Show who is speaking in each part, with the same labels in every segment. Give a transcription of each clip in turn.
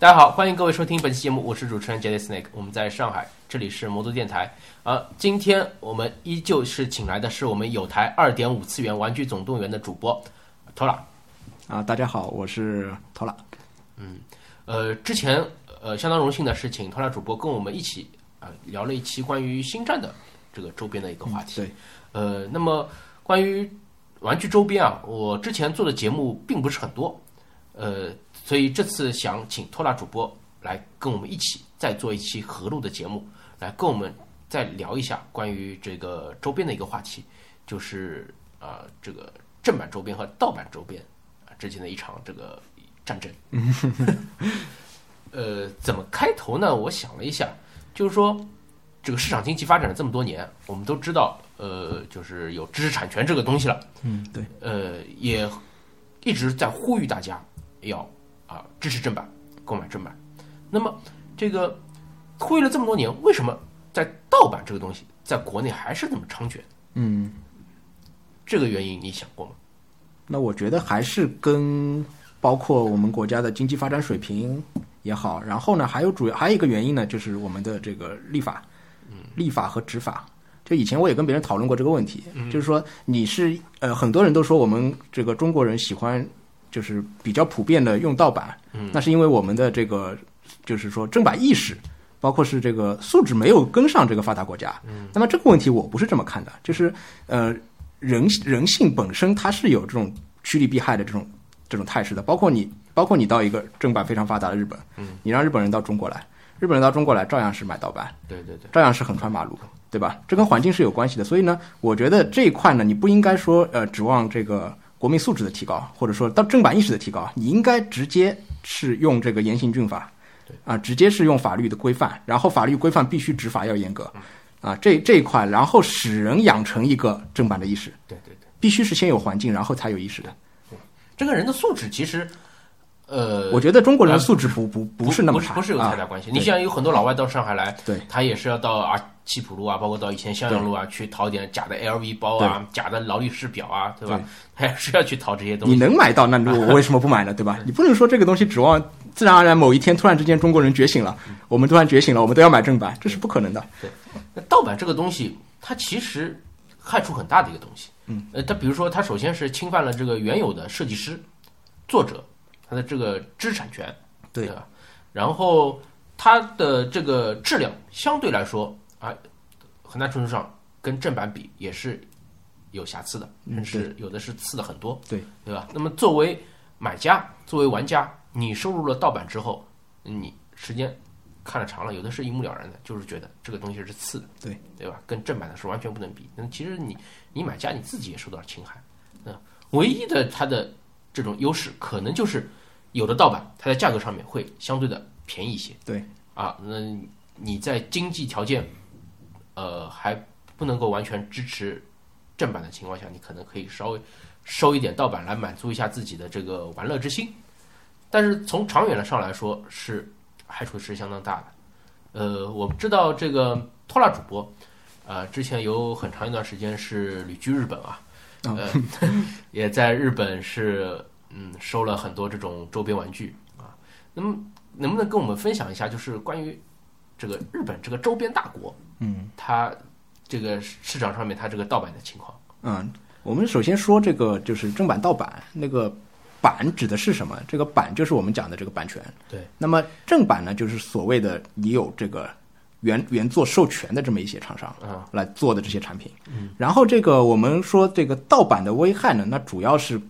Speaker 1: 大家好，欢迎各位收听本期节目，我是主持人 Jelly Snake，我们在上海，这里是魔都电台。呃，今天我们依旧是请来的是我们有台二点五次元玩具总动员的主播 Tola。
Speaker 2: 啊，大家好，我是头拉。
Speaker 1: 呃，之前呃相当荣幸的是请 Tola 主播跟我们一起啊、呃聊了一期关于星战的这个周边的一个话题。
Speaker 2: 对，
Speaker 1: 呃，那么关于玩具周边啊，我之前做的节目并不是很多，呃，所以这次想请托拉主播来跟我们一起再做一期合录的节目，来跟我们再聊一下关于这个周边的一个话题，就是啊、这个正版周边和盗版周边啊之间的一场这个战争。 呃，怎么开头呢？我想了一下，就是说，这个市场经济发展了这么多年，我们都知道，呃，就是有知识产权这个东西了，
Speaker 2: 嗯，对，
Speaker 1: 呃，也一直在呼吁大家要啊、支持正版，购买正版。那么这个呼吁了这么多年，为什么在盗版这个东西在国内还是那么猖獗？
Speaker 2: 嗯，
Speaker 1: 这个原因你想过吗？
Speaker 2: 那我觉得还是跟包括我们国家的经济发展水平也好，然后呢，还有主要还有一个原因呢，就是我们的这个立法，立法和执法。就以前我也跟别人讨论过这个问题，就是说你是呃，很多人都说我们这个中国人喜欢就是比较普遍的用盗版，那是因为我们的这个就是说正版意识，包括是这个素质没有跟上这个发达国家。那么这个问题我不是这么看的，就是呃，人人性本身它是有这种趋利避害的这种这种态势的，包括你包括你到一个正版非常发达的日本，你让日本人到中国来，日本人到中国来照样是买盗版。
Speaker 1: 对对对，
Speaker 2: 照样是横穿马路，对吧？这跟环境是有关系的。所以呢，我觉得这一块呢，你不应该说呃指望这个国民素质的提高，或者说到正版意识的提高，你应该直接是用这个严刑峻法，啊，直接是用法律的规范，然后法律规范必须执法要严格，啊，这这一块，然后使人养成一个正版的意识，
Speaker 1: 对对对，
Speaker 2: 必须是先有环境，然后才有意识的。
Speaker 1: 这个人的素质其实，呃，
Speaker 2: 我觉得中国人的素质不不不是那么
Speaker 1: 不是
Speaker 2: 差，
Speaker 1: 不是有太大关系。
Speaker 2: 啊
Speaker 1: 你像有很多老外到上海来，
Speaker 2: 对
Speaker 1: 他也是要到啊七浦路啊，包括到以前襄阳路啊，去淘点假的 LV 包啊、假的劳力士表啊，对吧
Speaker 2: 对？
Speaker 1: 他也是要去淘这些东
Speaker 2: 你
Speaker 1: 西。
Speaker 2: 能买到，那你我为什么不买呢？对吧？你不能说这个东西指望自然而然某一天突然之间中国人觉醒了，我们突然觉醒了，我们都要买正版，这是不可能的。
Speaker 1: 那盗版这个东西，它其实害处很大的一个东西。嗯，呃，它比如说，它首先是侵犯了这个原有的设计师、作者他的这个知识产权，
Speaker 2: 对
Speaker 1: 吧？然后它的这个质量相对来说啊，很大程度上跟正版比也是有瑕疵的，甚至有的是次的很多，
Speaker 2: 嗯对
Speaker 1: 对吧？那么作为买家、作为玩家，你收入了盗版之后，你时间看了长了，有的是一目了然的，就是觉得这个东西是次的，
Speaker 2: 对
Speaker 1: 对吧？跟正版的是完全不能比。那其实你你买家你自己也受到了侵害，那唯一的它的这种优势可能就是有的盗版它在价格上面会相对的便宜一些，
Speaker 2: 对
Speaker 1: 啊，那你在经济条件呃还不能够完全支持正版的情况下，你可能可以稍微收一点盗版来满足一下自己的这个玩乐之心，但是从长远的上来说是害处是相当大的。呃，我们知道这个拖拉主播，呃，之前有很长一段时间是旅居日本啊，
Speaker 2: 啊
Speaker 1: 呃，也在日本是嗯收了很多这种周边玩具啊。那么能不能跟我们分享一下，就是关于这个日本这个周边大国，
Speaker 2: 嗯，
Speaker 1: 它这个市场上面它这个盗版的情况？
Speaker 2: 嗯，我们首先说这个就是正版盗版，那个版指的是什么？这个版就是我们讲的这个版权。
Speaker 1: 对，
Speaker 2: 那么正版呢，就是所谓的你有这个原原作授权的这么一些厂商
Speaker 1: 啊
Speaker 2: 来做的这些产品。嗯，然后这个我们说这个盗版的危害呢，那主要是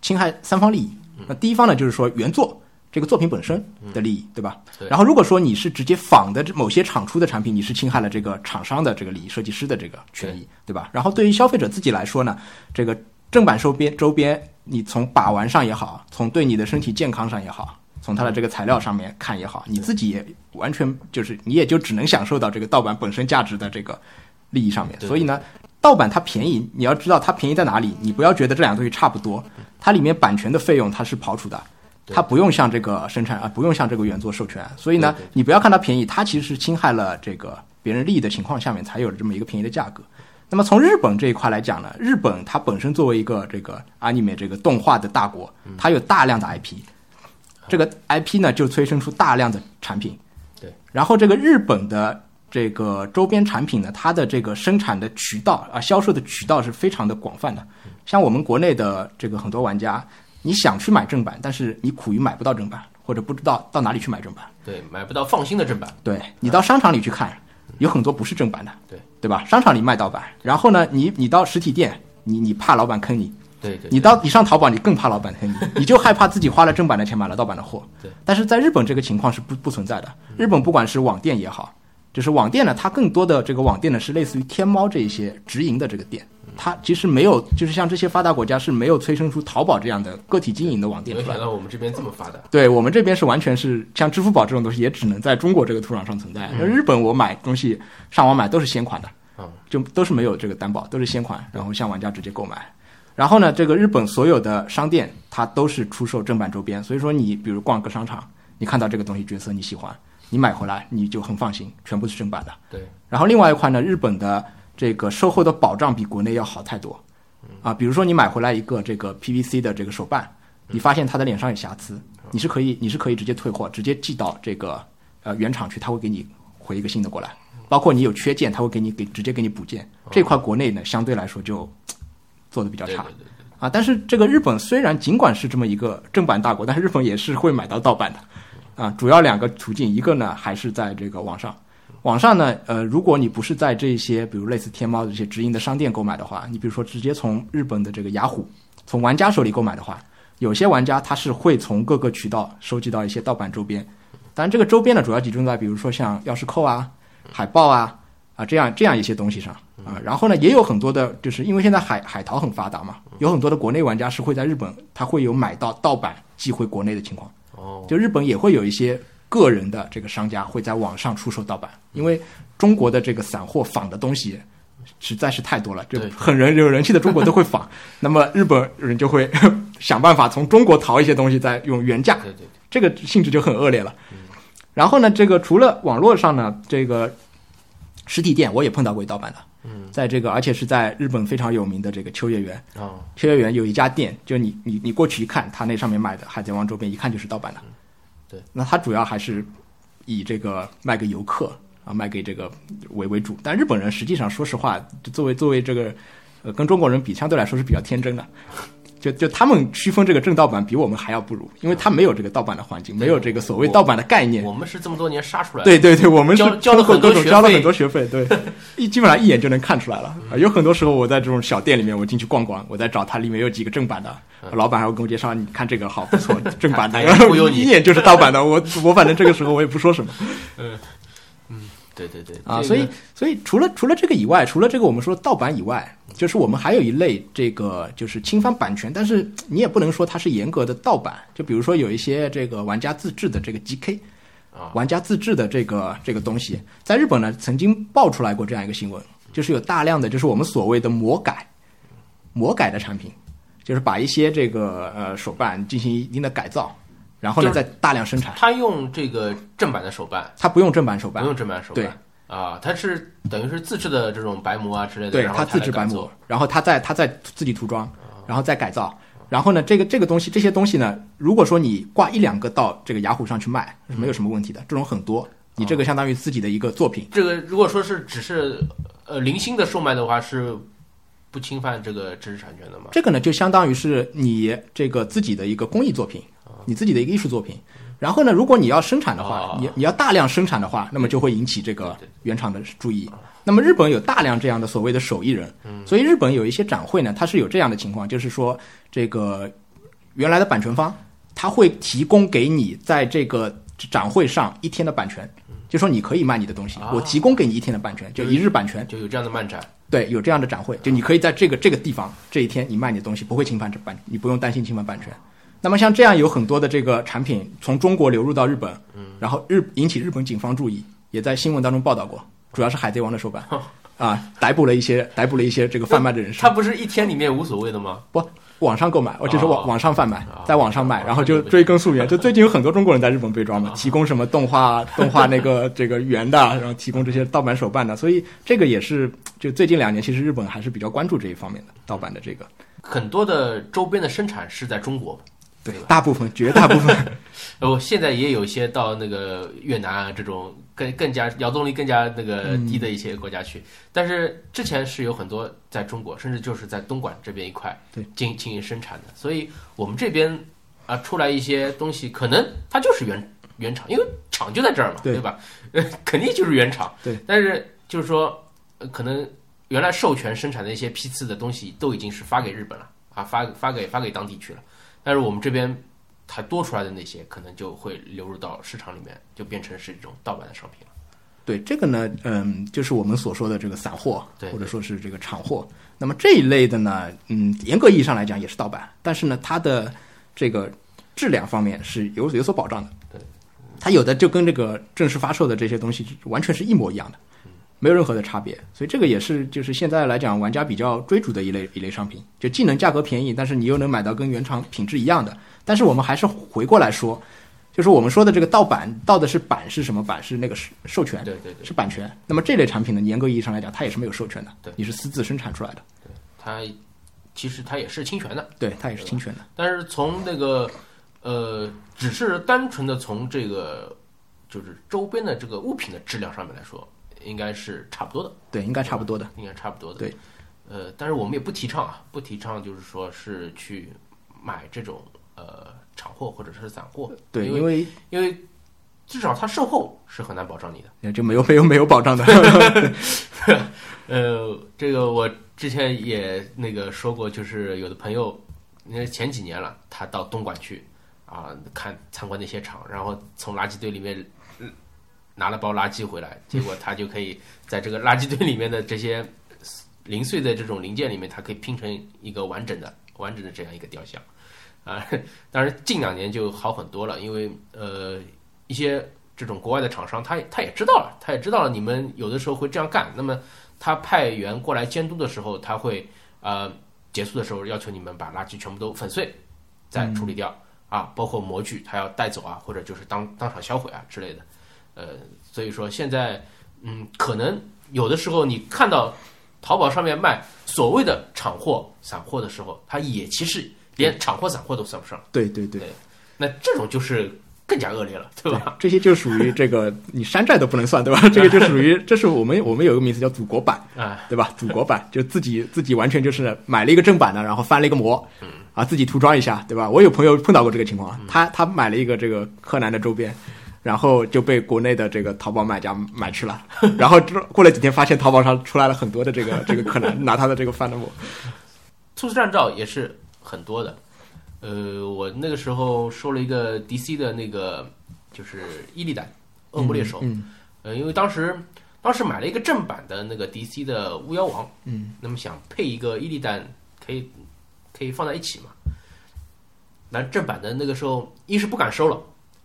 Speaker 2: 侵害三方利益。
Speaker 1: 嗯
Speaker 2: 那第一方呢，就是说原作这个作品本身的利益，对吧？
Speaker 1: 对
Speaker 2: 然后如果说你是直接仿的这某些厂出的产品，你是侵害了这个厂商的这个利益、设计师的这个权益，对吧？然后对于消费者自己来说呢，这个正版周边周边，你从把玩上也好，从对你的身体健康上也好，从它的这个材料上面看也好，你自己也完全就是你也就只能享受到这个盗版本身价值的这个利益上面。
Speaker 1: 对
Speaker 2: 所以呢，盗版它便宜，你要知道它便宜在哪里，你不要觉得这两个东西差不多，它里面版权的费用它是刨除的。
Speaker 1: 对
Speaker 2: 它不用向这个生产啊，不用向这个原作授权，所以呢
Speaker 1: 对对，
Speaker 2: 你不要看它便宜，它其实是侵害了这个别人利益的情况下面才有了这么一个便宜的价格。那么从日本这一块来讲呢，日本啊
Speaker 1: 嗯
Speaker 2: 它本身作为一个这个 anime 这个动画的大国，它有大量的 IP，这个 IP 呢就催生出大量的产品。
Speaker 1: 对，
Speaker 2: 然后这个日本的这个周边产品呢，它的这个生产的渠道啊、销售的渠道是非常的广泛的。像我们国内的这个很多玩家，你想去买正版，但是你苦于买不到正版，或者不知道到哪里去买正版。
Speaker 1: 对，买不到放心的正版，
Speaker 2: 对你到商场里去看，有很多不是正版的，
Speaker 1: 对
Speaker 2: 对吧？商场里卖盗版，然后呢，你你到实体店，你你怕老板坑你，
Speaker 1: 对对，
Speaker 2: 你到你上淘宝，你更怕老板 坑你，你就害怕自己花了正版的钱买了盗版的货。
Speaker 1: 对，嗯
Speaker 2: 但是在日本这个情况是不不存在的。日本不管是网店也好，就是网店呢，它更多的这个网店呢是类似于天猫这一些直营的这个店，
Speaker 1: 嗯
Speaker 2: 它其实没有，就是像这些发达国家是没有催生出淘宝这样的个体经营的网
Speaker 1: 没
Speaker 2: 店
Speaker 1: 有
Speaker 2: 出来
Speaker 1: 想
Speaker 2: 的。
Speaker 1: 到我们这边这么发达，
Speaker 2: 对我们这边是完全是像支付宝这种东西，也只能在中国这个土壤上存在。那日本我买东西上网买都是先款的
Speaker 1: 嗯，
Speaker 2: 就都是没有这个担保，都是先款，然后向玩家直接购买。然后呢，这个日本所有的商店它都是出售正版周边，所以说你比如逛个商场，你看到这个东西角色你喜欢，你买回来你就很放心，全部是正版的。
Speaker 1: 对，
Speaker 2: 然后另外一块呢，日本的这个售后的保障比国内要好太多，啊，比如说你买回来一个这个 PVC 的这个手办，你发现它的脸上有瑕疵，你是可以你是可以直接退货，直接寄到这个呃原厂去，他会给你回一个新的过来。包括你有缺件，他会给你给直接给你补件。这块国内呢，相对来说就嘖做的比较
Speaker 1: 对
Speaker 2: 差
Speaker 1: 对对
Speaker 2: 啊。但是这个日本虽然尽管是这么一个正版大国，但是日本也是会买到盗版的。啊，主要两个途径，一个呢还是在这个网上，网上呢，呃，如果你不是在这些比如类似天猫的这些直营的商店购买的话，你比如说直接从日本的这个雅虎，从玩家手里购买的话，有些玩家他是会从各个渠道收集到一些盗版周边，当然这个周边呢主要集中在比如说像钥匙扣啊、海报啊啊这样这样一些东西上啊，然后呢也有很多的，就是因为现在海海淘很发达嘛，有很多的国内玩家是会在日本他会有买到盗版寄回国内的情况。
Speaker 1: 哦，
Speaker 2: 就日本也会有一些个人的这个商家会在网上出售盗版，因为中国的这个散货仿的东西实在是太多了，就
Speaker 1: 对
Speaker 2: 很人有人气的中国都会仿，那么日本人就会 想办法从中国淘一些东西，再用原价
Speaker 1: 对对对，
Speaker 2: 这个性质就很恶劣了。然后呢，这个除了网络上呢，这个实体店我也碰到过盗版的，在这个而且是在日本非常有名的这个秋叶原，
Speaker 1: 哦，
Speaker 2: 秋叶原有一家店，就你你你过去一看，它那上面卖的《海贼王》周边，一看就是盗版的。
Speaker 1: 嗯对，
Speaker 2: 那它主要还是以这个卖给游客啊，卖给这个为为主。但日本人实际上，说实话，就作为作为这个呃跟中国人比，相对来说是比较天真的。 就就他们区分这个正盗版比我们还要不如，因为他没有这个盗版的环境，没有这个所谓盗版的概念。
Speaker 1: 我们是这么多年杀出来的，
Speaker 2: 对对对，我们是
Speaker 1: 交交了
Speaker 2: 通过
Speaker 1: 很多
Speaker 2: 各种
Speaker 1: 学
Speaker 2: 交了
Speaker 1: 费
Speaker 2: 很多学费， 对，一基本上一眼就能看出来了、啊有很多时候我在这种小店里面，我进去逛逛，我在找它里面有几个正版的，老板还会跟我介绍，你看这个好不 错，正版的
Speaker 1: 嗯他他也忽 悠，你
Speaker 2: 一眼就是盗版的。我我反正这个时候我也不说什么
Speaker 1: 对对对
Speaker 2: 啊。
Speaker 1: 这
Speaker 2: 所以
Speaker 1: 个
Speaker 2: 所以除了除了这个以外，除了这个我们说盗版以外，就是我们还有一类这个就是侵犯版权，但是你也不能说它是严格的盗版，就比如说有一些这个玩家自制的这个 GK，
Speaker 1: 啊，
Speaker 2: 玩家自制的这个这个东西，在日本呢曾经爆出来过这样一个新闻，就是有大量的就是我们所谓的魔改，魔改的产品，就是把一些这个呃手办进行一定的改造，然后呢
Speaker 1: 就
Speaker 2: 再大量生产，
Speaker 1: 他用这个正版的手办，
Speaker 2: 它不用正版手
Speaker 1: 不
Speaker 2: 办，
Speaker 1: 用正版手
Speaker 2: 对
Speaker 1: 办啊，他是等于是自制的这种白膜啊之类的，
Speaker 2: 对
Speaker 1: 然后
Speaker 2: 他自
Speaker 1: 来
Speaker 2: 制
Speaker 1: 改
Speaker 2: 白
Speaker 1: 做
Speaker 2: 膜，然后他再他再自己涂装，然后再改造。然后呢，这个这个东西，这些东西呢，如果说你挂一两个到这个雅虎上去卖，是
Speaker 1: 嗯
Speaker 2: 没有什么问题的。这种很多，你
Speaker 1: 哦
Speaker 2: 这个相当于自己的一个作品，
Speaker 1: 这个如果说是只是呃零星的售卖的话，是不侵犯这个知识产权的嘛？
Speaker 2: 这个呢，就相当于是你这个自己的一个工艺作品，你自己的一个艺术作品。然后呢，如果你要生产的话
Speaker 1: 哦，
Speaker 2: 你你要大量生产的话，那么就会引起这个原厂的注意。那么日本有大量这样的所谓的手艺人，所以日本有一些展会呢，它是有这样的情况，就是说这个原来的版权方，他会提供给你在这个展会上一天的版权，就说你可以卖你的东西，
Speaker 1: 啊
Speaker 2: 我提供给你一天的版权，就一日版权。
Speaker 1: 就有这样的漫展，
Speaker 2: 对，有这样的展会，就你可以在这个这个地方这一天你卖你的东西不会侵犯这版，你不用担心侵犯版权。那么像这样有很多的这个产品从中国流入到日本，然后日引起日本警方注意，也在新闻当中报道过，主要是《海贼王》的手版啊，逮捕了一些逮捕了一些这个贩卖的人士
Speaker 1: 它，不是一天里面无所谓的吗？
Speaker 2: 不网上购买，我就是网
Speaker 1: 哦
Speaker 2: 网上贩卖
Speaker 1: 哦，
Speaker 2: 在网上卖，
Speaker 1: 哦
Speaker 2: 然后就追根溯源，就最近有很多中国人在日本被抓嘛，提供什么动画动画那个这个圆的，然后提供这些盗版手办的，所以这个也是就最近两年，其实日本还是比较关注这一方面的盗版的这个。
Speaker 1: 很多的周边的生产是在中国，
Speaker 2: 对
Speaker 1: 对吧，
Speaker 2: 大部分绝大部分
Speaker 1: 然后呃现在也有一些到那个越南啊这种更更加劳动力更加那个
Speaker 2: 嗯
Speaker 1: 低的一些国家去，但是之前是有很多在中国，甚至就是在东莞这边一块
Speaker 2: 对
Speaker 1: 经经营生产的，所以我们这边啊出来一些东西，可能它就是原原厂，因为厂就在这儿嘛，
Speaker 2: 对
Speaker 1: 对吧？呃，肯定就是原厂。
Speaker 2: 对，
Speaker 1: 但是就是说，呃可能原来授权生产的一些批次的东西都已经是发给日本了啊，发发给发给当地去了，但是我们这边它多出来的那些，可能就会流入到市场里面，就变成是一种盗版的商品了。
Speaker 2: 对这个呢，嗯，就是我们所说的这个散货，
Speaker 1: 对
Speaker 2: 或者说是这个厂货。那么这一类的呢，嗯，严格意义上来讲也是盗版，但是呢，它的这个质量方面是有有所保障的。
Speaker 1: 对，
Speaker 2: 它有的就跟这个正式发售的这些东西完全是一模一样的，
Speaker 1: 嗯
Speaker 2: 没有任何的差别。所以这个也是就是现在来讲玩家比较追逐的一类一类商品，就既能价格便宜，但是你又能买到跟原厂品质一样的。但是我们还是回过来说，就是我们说的这个盗版，盗的是版是什么版？是那个授授权。
Speaker 1: 对对对，
Speaker 2: 是版权。那么这类产品呢，严格意义上来讲，它也是没有授权的，
Speaker 1: 对
Speaker 2: 你是私自生产出来的，
Speaker 1: 它其实它也是侵权的，
Speaker 2: 对，它也是侵权的，
Speaker 1: 但是从那个呃，只是单纯的从这个就是周边的这个物品的质量上面来说，应该是差不多的，
Speaker 2: 对，应该差不多的，
Speaker 1: 应该差不多的。
Speaker 2: 对，
Speaker 1: 呃，但是我们也不提倡啊，不提倡就是说是去买这种呃厂货或者是散货，
Speaker 2: 对，
Speaker 1: 因
Speaker 2: 因为
Speaker 1: 因为至少它售后是很难保障你的。
Speaker 2: 呃就没有没有没有保障 的，
Speaker 1: 呃，这个我之前也那个说过，就是有的朋友，那前几年了，他到东莞去啊，看参观那些厂，然后从垃圾堆里面嗯拿了包垃圾回来，结果他就可以在这个垃圾堆里面的这些零碎的这种零件里面，它可以拼成一个完整的、完整的这样一个雕像啊。当然，近两年就好很多了，因为呃，一些这种国外的厂商，他也他也知道了，他也知道了你们有的时候会这样干，那么。他派员过来监督的时候，他会呃结束的时候要求你们把垃圾全部都粉碎，再处理掉、啊，包括模具他要带走啊，或者就是当当场销毁啊之类的。呃，所以说现在嗯，可能有的时候你看到淘宝上面卖所谓的厂货、散货的时候，它也其实连厂货、散货都算不上，
Speaker 2: 对对对
Speaker 1: 对。那这种就是更加恶劣了，对
Speaker 2: 对
Speaker 1: 吧？，
Speaker 2: 这些就属于这个你山寨都不能算，对吧？这个就属于，这是我们我们有个名词叫祖国版，
Speaker 1: 啊，
Speaker 2: 对吧？祖国版就自己自己完全就是买了一个正版的，然后翻了一个模，
Speaker 1: 嗯
Speaker 2: 啊，自己涂装一下，对吧？我有朋友碰到过这个情况，他他买了一个这个柯南的周边，然后就被国内的这个淘宝买家买去了，然后之过了几天发现淘宝上出来了很多的这个这个柯南，拿他的这个翻的模，
Speaker 1: 兔子战照也是很多的。呃，我那个时候收了一个 DC 的那个就是伊利丹恶魔猎手，
Speaker 2: 嗯
Speaker 1: 呃，因为当时当时买了一个正版的那个 DC 的巫妖王，
Speaker 2: 嗯，
Speaker 1: 那么想配一个伊利丹，可以可以放在一起嘛。那正版的那个时候，一是不敢收了，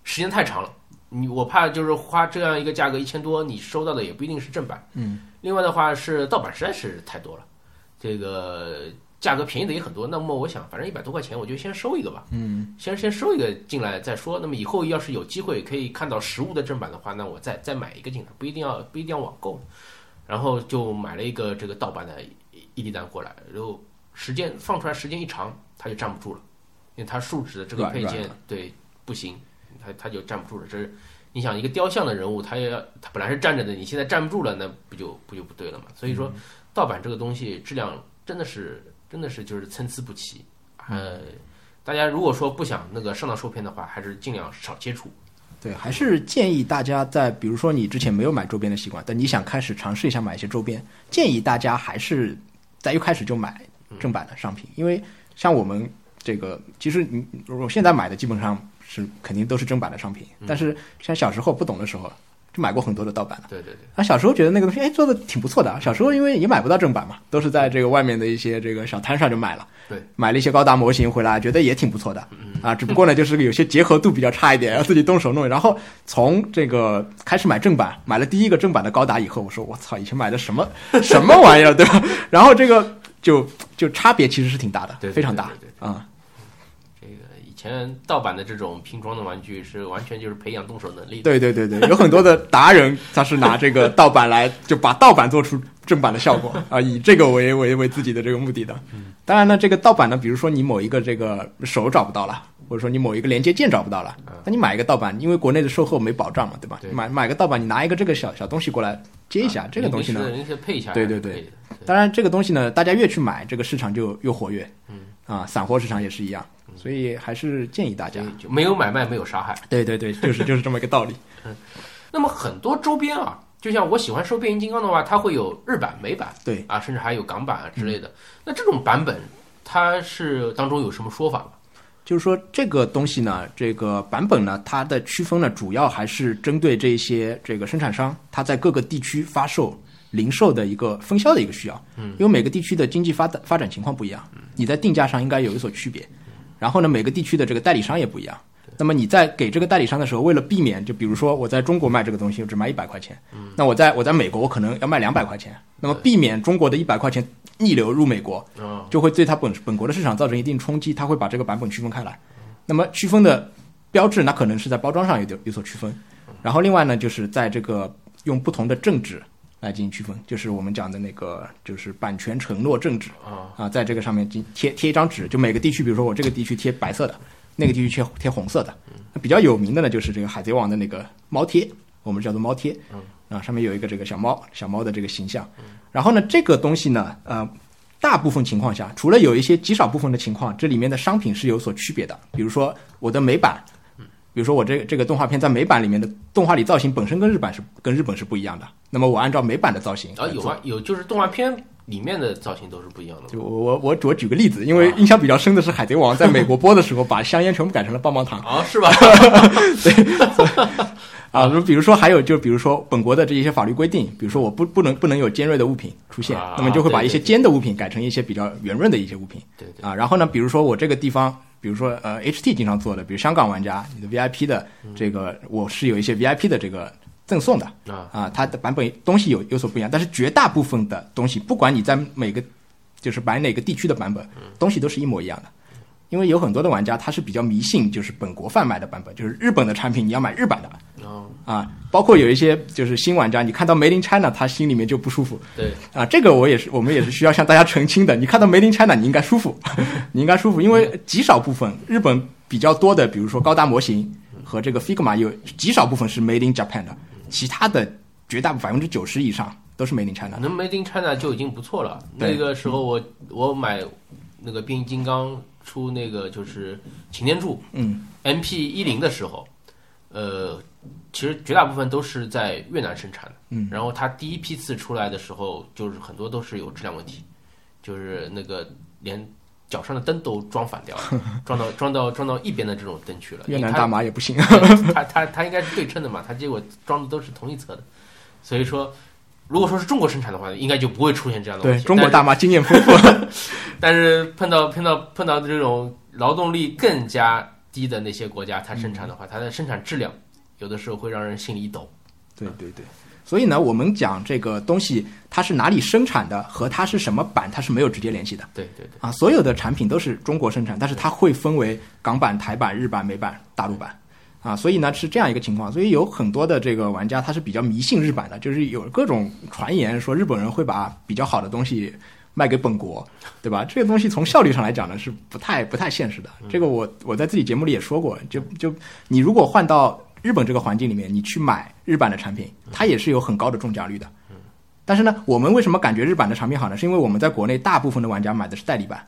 Speaker 1: 时间太长了，你我怕就是花这样一个价格一千多，你收到的也不一定是正版，
Speaker 2: 嗯。
Speaker 1: 另外的话是盗版实在是太多了，这个价格便宜的也很多，那么我想反正一百多块钱，我就先收一个吧。
Speaker 2: 嗯
Speaker 1: 先先收一个进来再说。那么以后要是有机会可以看到实物的正版的话，那我再再买一个进来，不一定要不一定要网购。然后就买了一个这个盗版的伊利丹过来，然后时间放出来时间一长，它就站不住了，因为它树脂的这个
Speaker 2: 软
Speaker 1: 配
Speaker 2: 软
Speaker 1: 件对不行，它它就站不住了。这是你想一个雕像的人物，他也要他本来是站着的，你现在站不住了，那不就不就不对了嘛？所以
Speaker 2: 嗯
Speaker 1: 说，盗版这个东西质量真的是真的是就是参差不齐，
Speaker 2: 嗯
Speaker 1: 呃，大家如果说不想那个上当受骗的话，还是尽量少接触。
Speaker 2: 对，还是建议大家在，比如说你之前没有买周边的习惯，但你想开始尝试一下买一些周边，建议大家还是在一开始就买正版的商品，因为像我们这个，其实你如果现在买的基本上是肯定都是正版的商品，但是像小时候不懂的时候，就买过很多的盗版的。
Speaker 1: 对对对，
Speaker 2: 啊，小时候觉得那个东西哎做的挺不错的啊，小时候因为也买不到正版嘛，都是在这个外面的一些这个小摊上就买了。
Speaker 1: 对，嗯
Speaker 2: 买了一些高达模型回来，觉得也挺不错的啊，只不过呢，就是有些结合度比较差一点，要自己动手弄。然后从这个开始买正版，买了第一个正版的高达以后，我说我操，以前买的什么什么玩意儿，对吧？然后这个就就差别其实是挺大的，
Speaker 1: 对对
Speaker 2: 非常大
Speaker 1: 对对
Speaker 2: 啊、
Speaker 1: 这个以前盗版的这种拼装的玩具是完全就是培养动手能力的。
Speaker 2: 对对对对，有很多的达人，他是拿这个盗版来就把盗版做出正版的效 果啊，以这个为为为自己的这个目的的。当然呢，这个盗版呢，比如说你某一个这个手找不到了，或者说你某一个连接键找不到了，那你买一个盗版，因为国内的售后没保障嗯嘛，对吧？
Speaker 1: 对
Speaker 2: 买买个盗版，你拿一个这个小小东西过来接一下，这个东西呢，
Speaker 1: 您可以配一下。
Speaker 2: 对对对
Speaker 1: 对，
Speaker 2: 当然，这个东西呢，大家越去买，这个市场就越活跃。嗯，啊，散货市场也是一样，所以还是建议大家
Speaker 1: 所。以就没有买卖，没有杀害。
Speaker 2: 对对对，就是就是这么一个道理。
Speaker 1: 那么很多周边啊，就像我喜欢收变形金刚的话，它会有日版、美版，
Speaker 2: 对嗯
Speaker 1: 啊，甚至还有港版啊之类的。那这种版本，它是当中有什么说法吗？
Speaker 2: 就是说，这个东西呢，这个版本呢，它的区分呢，主要还是针对这些这个生产商，它在各个地区发售、零售的一个分销的一个需要。嗯，因为每个地区的经济发展发展情况不一样，你在定价上应该有所区别。然后呢，每个地区的这个代理商也不一样。那么你在给这个代理商的时候，为了避免，就比如说我在中国卖这个东西，我只卖一百块钱，那我在我在美国我可能要卖两百块钱，那么避免中国的一百块钱逆流入美国，
Speaker 1: 嗯，
Speaker 2: 就会对它本本国的市场造成一定冲击，它会把这个版本区分开来。那么区分的标志，那可能是在包装上有点有所区分，然后另外呢，就是在这个用不同的政治来进行区分，就是我们讲的那个就是版权承诺政治
Speaker 1: 啊
Speaker 2: 啊，在这个上面进贴贴一张纸，就每个地区，比如说我这个地区贴白色的，那个地区贴贴红色的。
Speaker 1: 嗯
Speaker 2: 那比较有名的呢，就是这个《海贼王》的那个猫贴，我们叫做猫贴，
Speaker 1: 嗯
Speaker 2: 啊，上面有一个这个小猫小猫的这个形象。然后呢，这个东西呢，呃，大部分情况下，除了有一些极少部分的情况，这里面的商品是有所区别的。比如说我的美版，
Speaker 1: 嗯
Speaker 2: 比如说我这这个动画片在美版里面的动画里造型本身跟日版是跟日本是不一样的。那么我按照美版的造型
Speaker 1: 啊，
Speaker 2: 来
Speaker 1: 有
Speaker 2: 做
Speaker 1: 啊，有就是动画片里面的造型都是不一样的吗。
Speaker 2: 就我我我我举个例子，因
Speaker 1: 啊
Speaker 2: 为印象比较深的是《海 贼王》在美国播的时候，把香烟全部改成了棒棒糖
Speaker 1: 啊，是吧？
Speaker 2: 啊。就比如说还有就比如说本国的这一些法律规定，比如说我不不能不能有尖锐的物品出现
Speaker 1: 啊，
Speaker 2: 那么就会把
Speaker 1: 对
Speaker 2: 一些
Speaker 1: 对
Speaker 2: 尖的物品改成一些比较圆润的一些物品
Speaker 1: 对对，
Speaker 2: 啊。然后呢，比如说我这个地方。比如说，呃，HT 经常做的，比如香港玩家，你的 VIP 的
Speaker 1: 嗯
Speaker 2: 这个，我是有一些 VIP 的这个赠送的，
Speaker 1: 啊，
Speaker 2: 啊，它的版本东西有有所不一样，但是绝大部分的东西，不管你在每个就是买哪个地区的版本，东西都是一模一样的。因为有很多的玩家他是比较迷信，就是本国贩卖的版本，就是日本的产品你要买日版的
Speaker 1: 哦，
Speaker 2: 啊，包括有一些就是新玩家，你看到 Made in China 他心里面就不舒服
Speaker 1: 对，
Speaker 2: 啊，这个我也是我们也是需要向大家澄清的。你看到 Made in China 你应该舒服， 你应该舒服，因为极少部分日本比较多的，比如说高达模型和这个 Figma 有极少部分是 Made in Japan 的，其他的绝大部分百分之九十以上都是 Made in China 的。
Speaker 1: 能 Made in China 就已经不错了。
Speaker 2: 对
Speaker 1: 那
Speaker 2: 嗯
Speaker 1: 个时候我我买那个变形金刚出那个就是擎天柱
Speaker 2: 嗯，
Speaker 1: MP 一零的时候，呃，其实绝大部分都是在越南生产的。
Speaker 2: 嗯，
Speaker 1: 然后它第一批次出来的时候，就是很多都是有质量问题，就是那个连脚上的灯都装反掉了， 装到装到装到一边的这种灯去了。
Speaker 2: 越
Speaker 1: 因为
Speaker 2: 南
Speaker 1: 它
Speaker 2: 大妈也不行。
Speaker 1: 它它它应该是对称的嘛，它结果装的都是同一侧的，所以说，如果说是中国生产的话，应该就不会出现这样的问
Speaker 2: 对
Speaker 1: 题。
Speaker 2: 中国大妈经验丰富，
Speaker 1: 但是，但是碰到碰到碰到这种劳动力更加低的那些国家，它生产的话，它的生产质量有的时候会让人心里一抖。
Speaker 2: 对对对。所以呢，我们讲这个东西它是哪里生产的和它是什么版，它是没有直接联系的。
Speaker 1: 对对对，
Speaker 2: 啊，所有的产品都是中国生产，但是它会分为港版、台版、日版、美版、大陆版。啊，所以呢是这样一个情况，所以有很多的这个玩家他是比较迷信日版的，就是有各种传言说日本人会把比较好的东西卖给本国，对吧？这个东西从效率上来讲呢是不太不太现实的。
Speaker 1: 嗯
Speaker 2: 这个我我在自己节目里也说过，就就你如果换到日本这个环境里面，你去买日版的产品，
Speaker 1: 嗯
Speaker 2: 它也是有很高的中奖率的。但是呢，我们为什么感觉日版的产品好呢？是因为我们在国内大部分的玩家买的是代理版，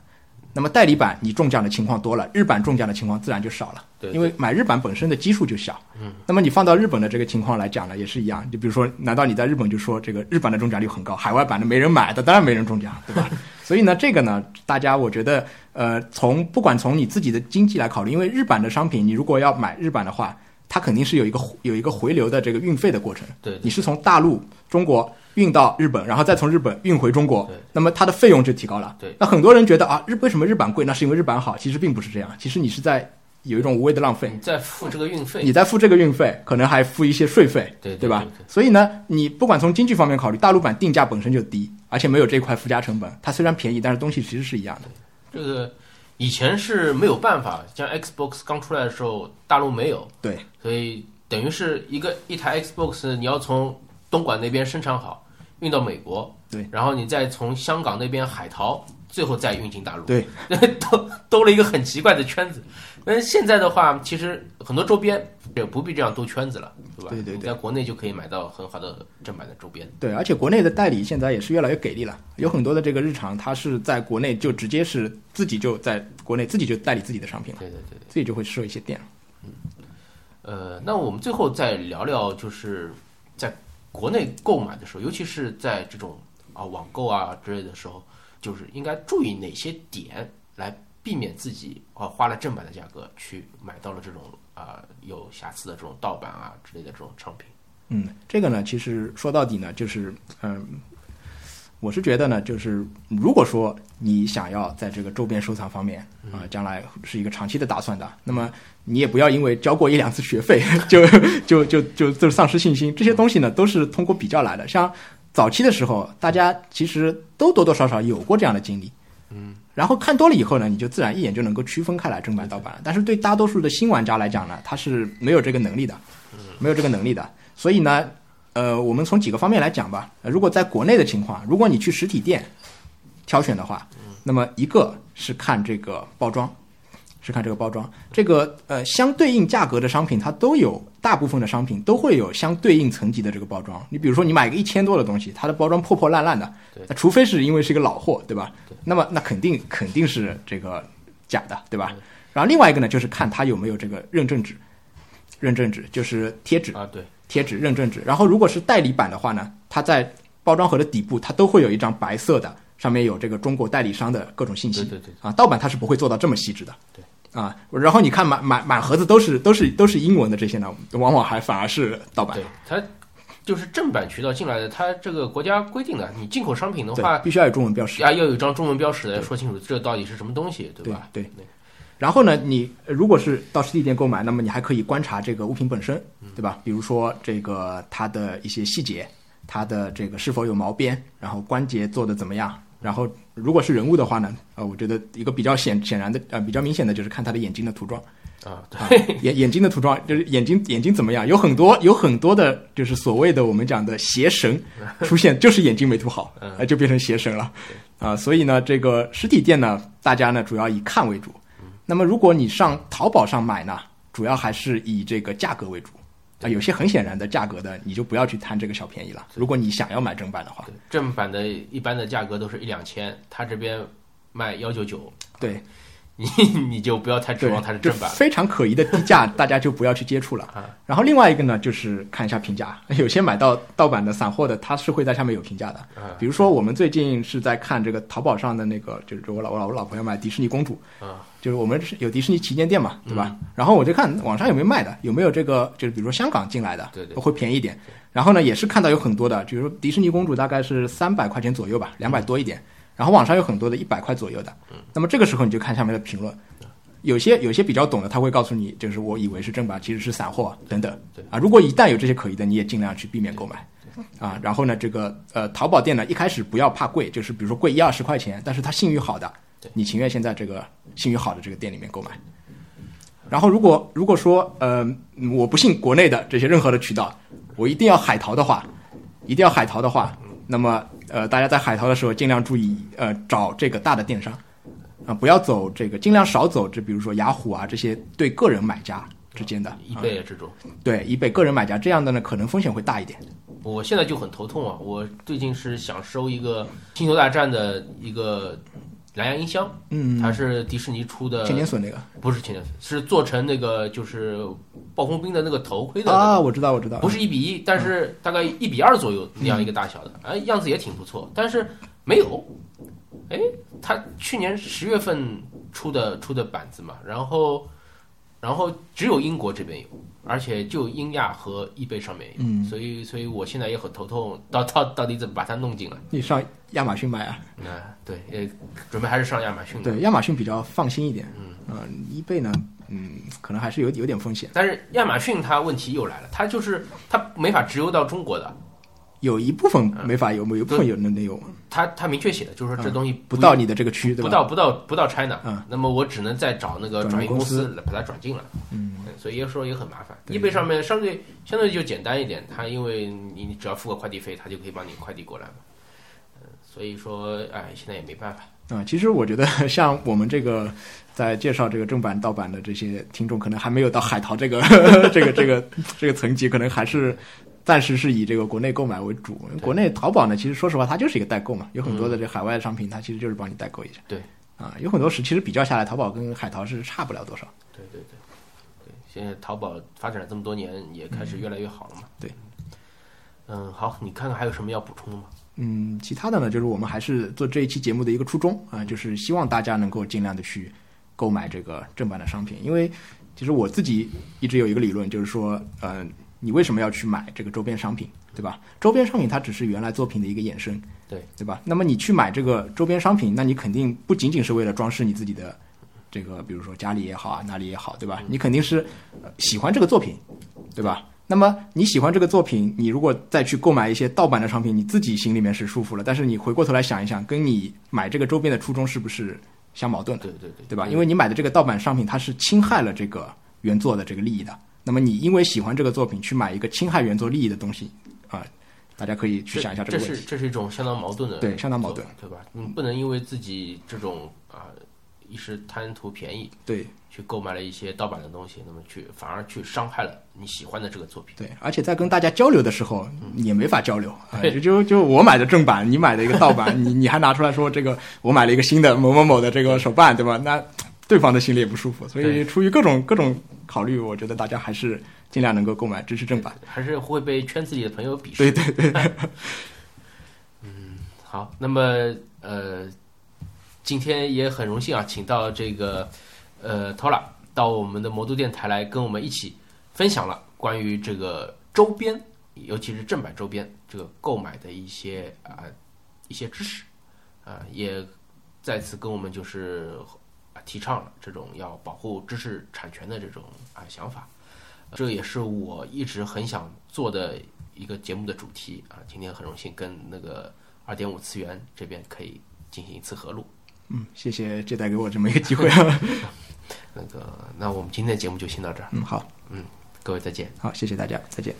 Speaker 2: 那么代理版你中奖的情况多了，日版中奖的情况自然就少了。
Speaker 1: 对
Speaker 2: 因为买日版本身的基数就小。嗯，那么你放到日本的这个情况来讲呢，也是一样。就比如说，难道你在日本就说这个日版的中奖率很高，海外版的没人买的，当然没人中奖，对吧？所以呢，这个呢，大家我觉得，呃，从不管从你自己的经济来考虑，因为日版的商品，你如果要买日版的话，它肯定是有一个有一个回流的这个运费的过程。
Speaker 1: 对对
Speaker 2: 你是从大陆中国运到日本，然后再从日本运回中国
Speaker 1: 对，
Speaker 2: 那么它的费用就提高了。
Speaker 1: 对
Speaker 2: 那很多人觉得啊，日为什么日版贵？那是因为日版好，其实并不是这样，其实你是在有一种无谓的浪费。
Speaker 1: 你再付这个运费，
Speaker 2: 你再付这个运费，可能还付一些税费，
Speaker 1: 对对
Speaker 2: 吧
Speaker 1: 对对
Speaker 2: 所以呢，你不管从经济方面考虑，大陆版定价本身就低，而且没有这块附加成本。它虽然便宜，但是东西其实是一样的。
Speaker 1: 这个以前是没有办法，像 Xbox 刚出来的时候，大陆没有，
Speaker 2: 对，
Speaker 1: 所以等于是一个一台 Xbox，你要从东莞那边生产好，运到美国，
Speaker 2: 对，
Speaker 1: 然后你再从香港那边海淘，最后再运进大陆，
Speaker 2: 对，
Speaker 1: 兜兜了一个很奇怪的圈子。那现在的话，其实很多周边也不必这样兜圈子了，对吧？
Speaker 2: 对对对
Speaker 1: 你在国内就可以买到很好的正版的周边。
Speaker 2: 对，而且国内的代理现在也是越来越给力了，有很多的这个日常，它是在国内就直接是自己就在国内自己就代理自己的商品了，
Speaker 1: 对对对。
Speaker 2: 自己就会设一些店。
Speaker 1: 呃，那我们最后再聊聊，就是在国内购买的时候，尤其是在这种啊网购啊之类的时候，就是应该注意哪些点来避免自己啊花了正版的价格去买到了这种啊、有瑕疵的这种盗版啊之类的这种商品。
Speaker 2: 嗯，这个呢，其实说到底呢，就是嗯、我是觉得呢，就是如果说你想要在这个周边收藏方面啊、将来是一个长期的打算的，那么你也不要因为交过一两次学费就就就就就丧失信心。这些东西呢，都是通过比较来的。像早期的时候，大家其实都多多少少有过这样的经历。嗯，然后看多了以后呢，你就自然一眼就能够区分开来正版盗版了。但是对大多数的新玩家来讲呢，他是没有这个能力的，没有这个能力的。所以呢，呃，我们从几个方面来讲吧。呃如果在国内的情况，如果你去实体店挑选的话，那么一个是看这个包装，是看这个包装，这个呃相对应价格的商品，它都有大部分的商品都会有相对应层级的这个包装。你比如说你买个一千多的东西，它的包装破破烂烂的
Speaker 1: 对，
Speaker 2: 那除非是因为是一个老货，对吧？那么那肯定肯定是这个假的，对吧？然后另外一个呢，就是看它有没有这个认证纸，认证纸就是贴纸。
Speaker 1: 啊，对，
Speaker 2: 贴纸、认证纸。然后如果是代理版的话呢，它在包装盒的底部它都会有一张白色的，上面有这个中国代理商的各种信息。
Speaker 1: 对对对
Speaker 2: 啊，盗版它是不会做到这么细致的。
Speaker 1: 对。
Speaker 2: 啊，然后你看满满满盒子都是都是都是英文的这些呢，往往还反而是盗版
Speaker 1: 对，它就是正版渠道进来的，它这个国家规定的，你进口商品的
Speaker 2: 对
Speaker 1: 话，
Speaker 2: 必须要有中文标识。
Speaker 1: 啊，要有一张中文标识来说清楚这到底是什么东西，对吧？嗯
Speaker 2: 对然后呢，你呃如果是到实体店购买，那么你还可以观察这个物品本身，
Speaker 1: 嗯
Speaker 2: 对吧？比如说这个它的一些细节，它的这个是否有毛边，然后关节做的怎么样。然后如果是人物的话呢，呃，我觉得一个比较显显然的呃比较明显的就是看他的眼睛的涂装
Speaker 1: 啊，对。
Speaker 2: 啊， 眼眼睛的涂装就是眼睛眼睛怎么样，有很多有很多的就是所谓的我们讲的邪神出现，就是眼睛没涂好，
Speaker 1: 嗯
Speaker 2: 呃，就变成邪神了啊。所以呢，这个实体店呢，大家呢主要以看为主。那么如果你上淘宝上买呢，主要还是以这个价格为主啊。有些很显然的价格的，你就不要去贪这个小便宜了。如果你想要买正版的话，
Speaker 1: 对正版的一般的价格都是一两千，他这边卖幺九九，
Speaker 2: 对
Speaker 1: 你 你就不要太指
Speaker 2: 对
Speaker 1: 望它是，
Speaker 2: 这
Speaker 1: 正版。啊
Speaker 2: 非常可疑的低价，大家就不要去接触了。然后另外一个呢，就是看一下评价，有些买到盗版的散货的，它是会在下面有评价的。
Speaker 1: 啊
Speaker 2: 比如说我们最近是在看这个淘宝上的那个，就是我老我老我老婆要买迪士尼公主，
Speaker 1: 啊
Speaker 2: 就是我们是有迪士尼旗舰店嘛，
Speaker 1: 嗯
Speaker 2: 对吧？然后我就看网上有没有卖的，有没有这个，就是比如说香港进来的，
Speaker 1: 对对
Speaker 2: 会便宜一点。然后呢，也是看到有很多的，比如说迪士尼公主大概是三百块钱左右吧，两百多一
Speaker 1: 嗯
Speaker 2: 点。然后网上有很多的一百块左右的，那么这个时候你就看下面的评论，有些有些比较懂的，他会告诉你，就是我以为是正版，其实是散货啊等等
Speaker 1: 对。
Speaker 2: 啊，如果一旦有这些可疑的，你也尽量去避免购买。啊，然后呢，这个呃，淘宝店呢，一开始不要怕贵，就是比如说贵一二十块钱，但是它信誉好的
Speaker 1: 对，
Speaker 2: 你情愿先在这个信誉好的这个店里面购买。然后如果如果说呃，嗯我不信国内的这些任何的渠道，我一定要海淘的话，一定要海淘的话，那么呃，大家在海淘的时候尽量注意呃，找这个大的电商。啊，不要走这个，尽量少走这，比如说雅虎啊这些对个人买家之间的，
Speaker 1: 一倍啊这种，
Speaker 2: 对，以北个人买家这样的呢，可能风险会大一点。
Speaker 1: 我现在就很头痛啊！我最近是想收一个《星球大战》的一个蓝牙音箱，
Speaker 2: 嗯，
Speaker 1: 它是迪士尼出的，
Speaker 2: 千年隼那个
Speaker 1: 不是千年隼，是做成那个就是暴风兵的那个头盔的那个
Speaker 2: 啊，我知道，我知道，
Speaker 1: 不是一比一，但是大概一比二左右那样一个大小的，
Speaker 2: 嗯
Speaker 1: 哎，样子也挺不错，但是没有，哎，他去年十月份出的出的板子嘛，然后然后只有英国这边有，而且就英亚和易贝上面有，
Speaker 2: 嗯
Speaker 1: 所以所以我现在也很头痛，到到到底怎么把它弄进来？
Speaker 2: 你上亚马逊买啊？
Speaker 1: 那对，呃，准备还是上亚马逊的，
Speaker 2: 对，亚马逊比较放心一点。嗯，呃，易贝呢，嗯，可能还是有有点风险。
Speaker 1: 但是亚马逊它问题又来了，它就是它没法直邮到中国的，
Speaker 2: 有一部分没法用，有一部分有能能用，
Speaker 1: 他他明确写的就是说这东西
Speaker 2: 嗯不到你的这个区，对
Speaker 1: 不
Speaker 2: 吧？
Speaker 1: 到不到不到 China，、
Speaker 2: 嗯
Speaker 1: 那么我只能再找那个
Speaker 2: 转
Speaker 1: 转
Speaker 2: 运
Speaker 1: 运
Speaker 2: 公
Speaker 1: 公
Speaker 2: 司
Speaker 1: 司来把它转进来，
Speaker 2: 嗯，
Speaker 1: 所以有时候也很麻烦。
Speaker 2: 对
Speaker 1: eBay 上面相对相对就简单一点，它因为你你只要付个快递费，它就可以帮你快递过来嘛。嗯，所以说哎，现在也没办法。
Speaker 2: 啊，其实我觉得 像我们这个在介绍这个正版盗版的这些听众，可能还没有到海淘这个 这个这个这个层级，可能还是暂时是以这个国内购买为主。因为国内淘宝呢，其实说实话，它就是一个代购嘛，有很多的这海外商品，它其实就是帮你代购一下。
Speaker 1: 对。
Speaker 2: 啊，有很多时其实比较下来，淘宝跟海淘是差不了多少。
Speaker 1: 对对对，对，现在淘宝发展了这么多年，也开始越来越好了嘛。
Speaker 2: 对，
Speaker 1: 嗯，好，你看看还有什么要补充的吗？
Speaker 2: 嗯，其他的呢，就是我们还是做这一期节目的一个初衷啊、就是希望大家能够尽量的去购买这个正版的商品，因为其实我自己一直有一个理论，就是说，嗯、你为什么要去买这个周边商品，对吧？周边商品它只是原来作品的一个衍生，
Speaker 1: 对
Speaker 2: 对吧？那么你去买这个周边商品，那你肯定不仅仅是为了装饰你自己的这个，比如说家里也好啊，哪里也好，对吧？你肯定是呃喜欢这个作品，对吧？那么你喜欢这个作品，你如果再去购买一些盗版的商品，你自己心里面是舒服了，但是你回过头来想一想，跟你买这个周边的初衷是不是相矛盾的，
Speaker 1: 对对对，
Speaker 2: 对吧？
Speaker 1: 嗯
Speaker 2: 因为你买的这个盗版商品，它是侵害了这个原作的这个利益的。那么你因为喜欢这个作品去买一个侵害原作利益的东西啊、大家可以去想一下
Speaker 1: 这
Speaker 2: 个问
Speaker 1: 是
Speaker 2: 题。
Speaker 1: 这是一种相当矛盾的
Speaker 2: 对相当矛盾
Speaker 1: 做法，对吧？你不能因为自己这种啊一时贪图便宜
Speaker 2: 对
Speaker 1: 去购买了一些盗版的东西，那么去反而去伤害了你喜欢的这个作品。
Speaker 2: 对，而且在跟大家交流的时候也没法交流 啊，就就就我买的正版，你买的一个盗版， 你你还拿出来说这个我买了一个新的某某某的这个手办，对吧？那对方的心里也不舒服，所以
Speaker 1: 对
Speaker 2: 出于各种各种考虑，我觉得大家还是尽量能够购买支持正版。
Speaker 1: 还是会被圈子里的朋友鄙视。
Speaker 2: 对
Speaker 1: 对对。嗯，好，那么呃，今天也很荣幸啊，请到这个呃 Tola 到我们的魔都电台来跟我们一起分享了关于这个呃周边，尤其是正版周边这个购买的一些啊、一些知识啊、也再次跟我们就是。啊提倡了这种要保护知识产权的这种啊想法，这也是我一直很想做的一个节目的主题啊。今天很荣幸跟那个二点五次元这边可以进行一次合录。
Speaker 2: 嗯，谢谢接待给我这么一个 机会。
Speaker 1: 那个，那我们今天的节目就先到这儿，
Speaker 2: 嗯，好
Speaker 1: 各位再见。
Speaker 2: 好，谢谢大家，再见。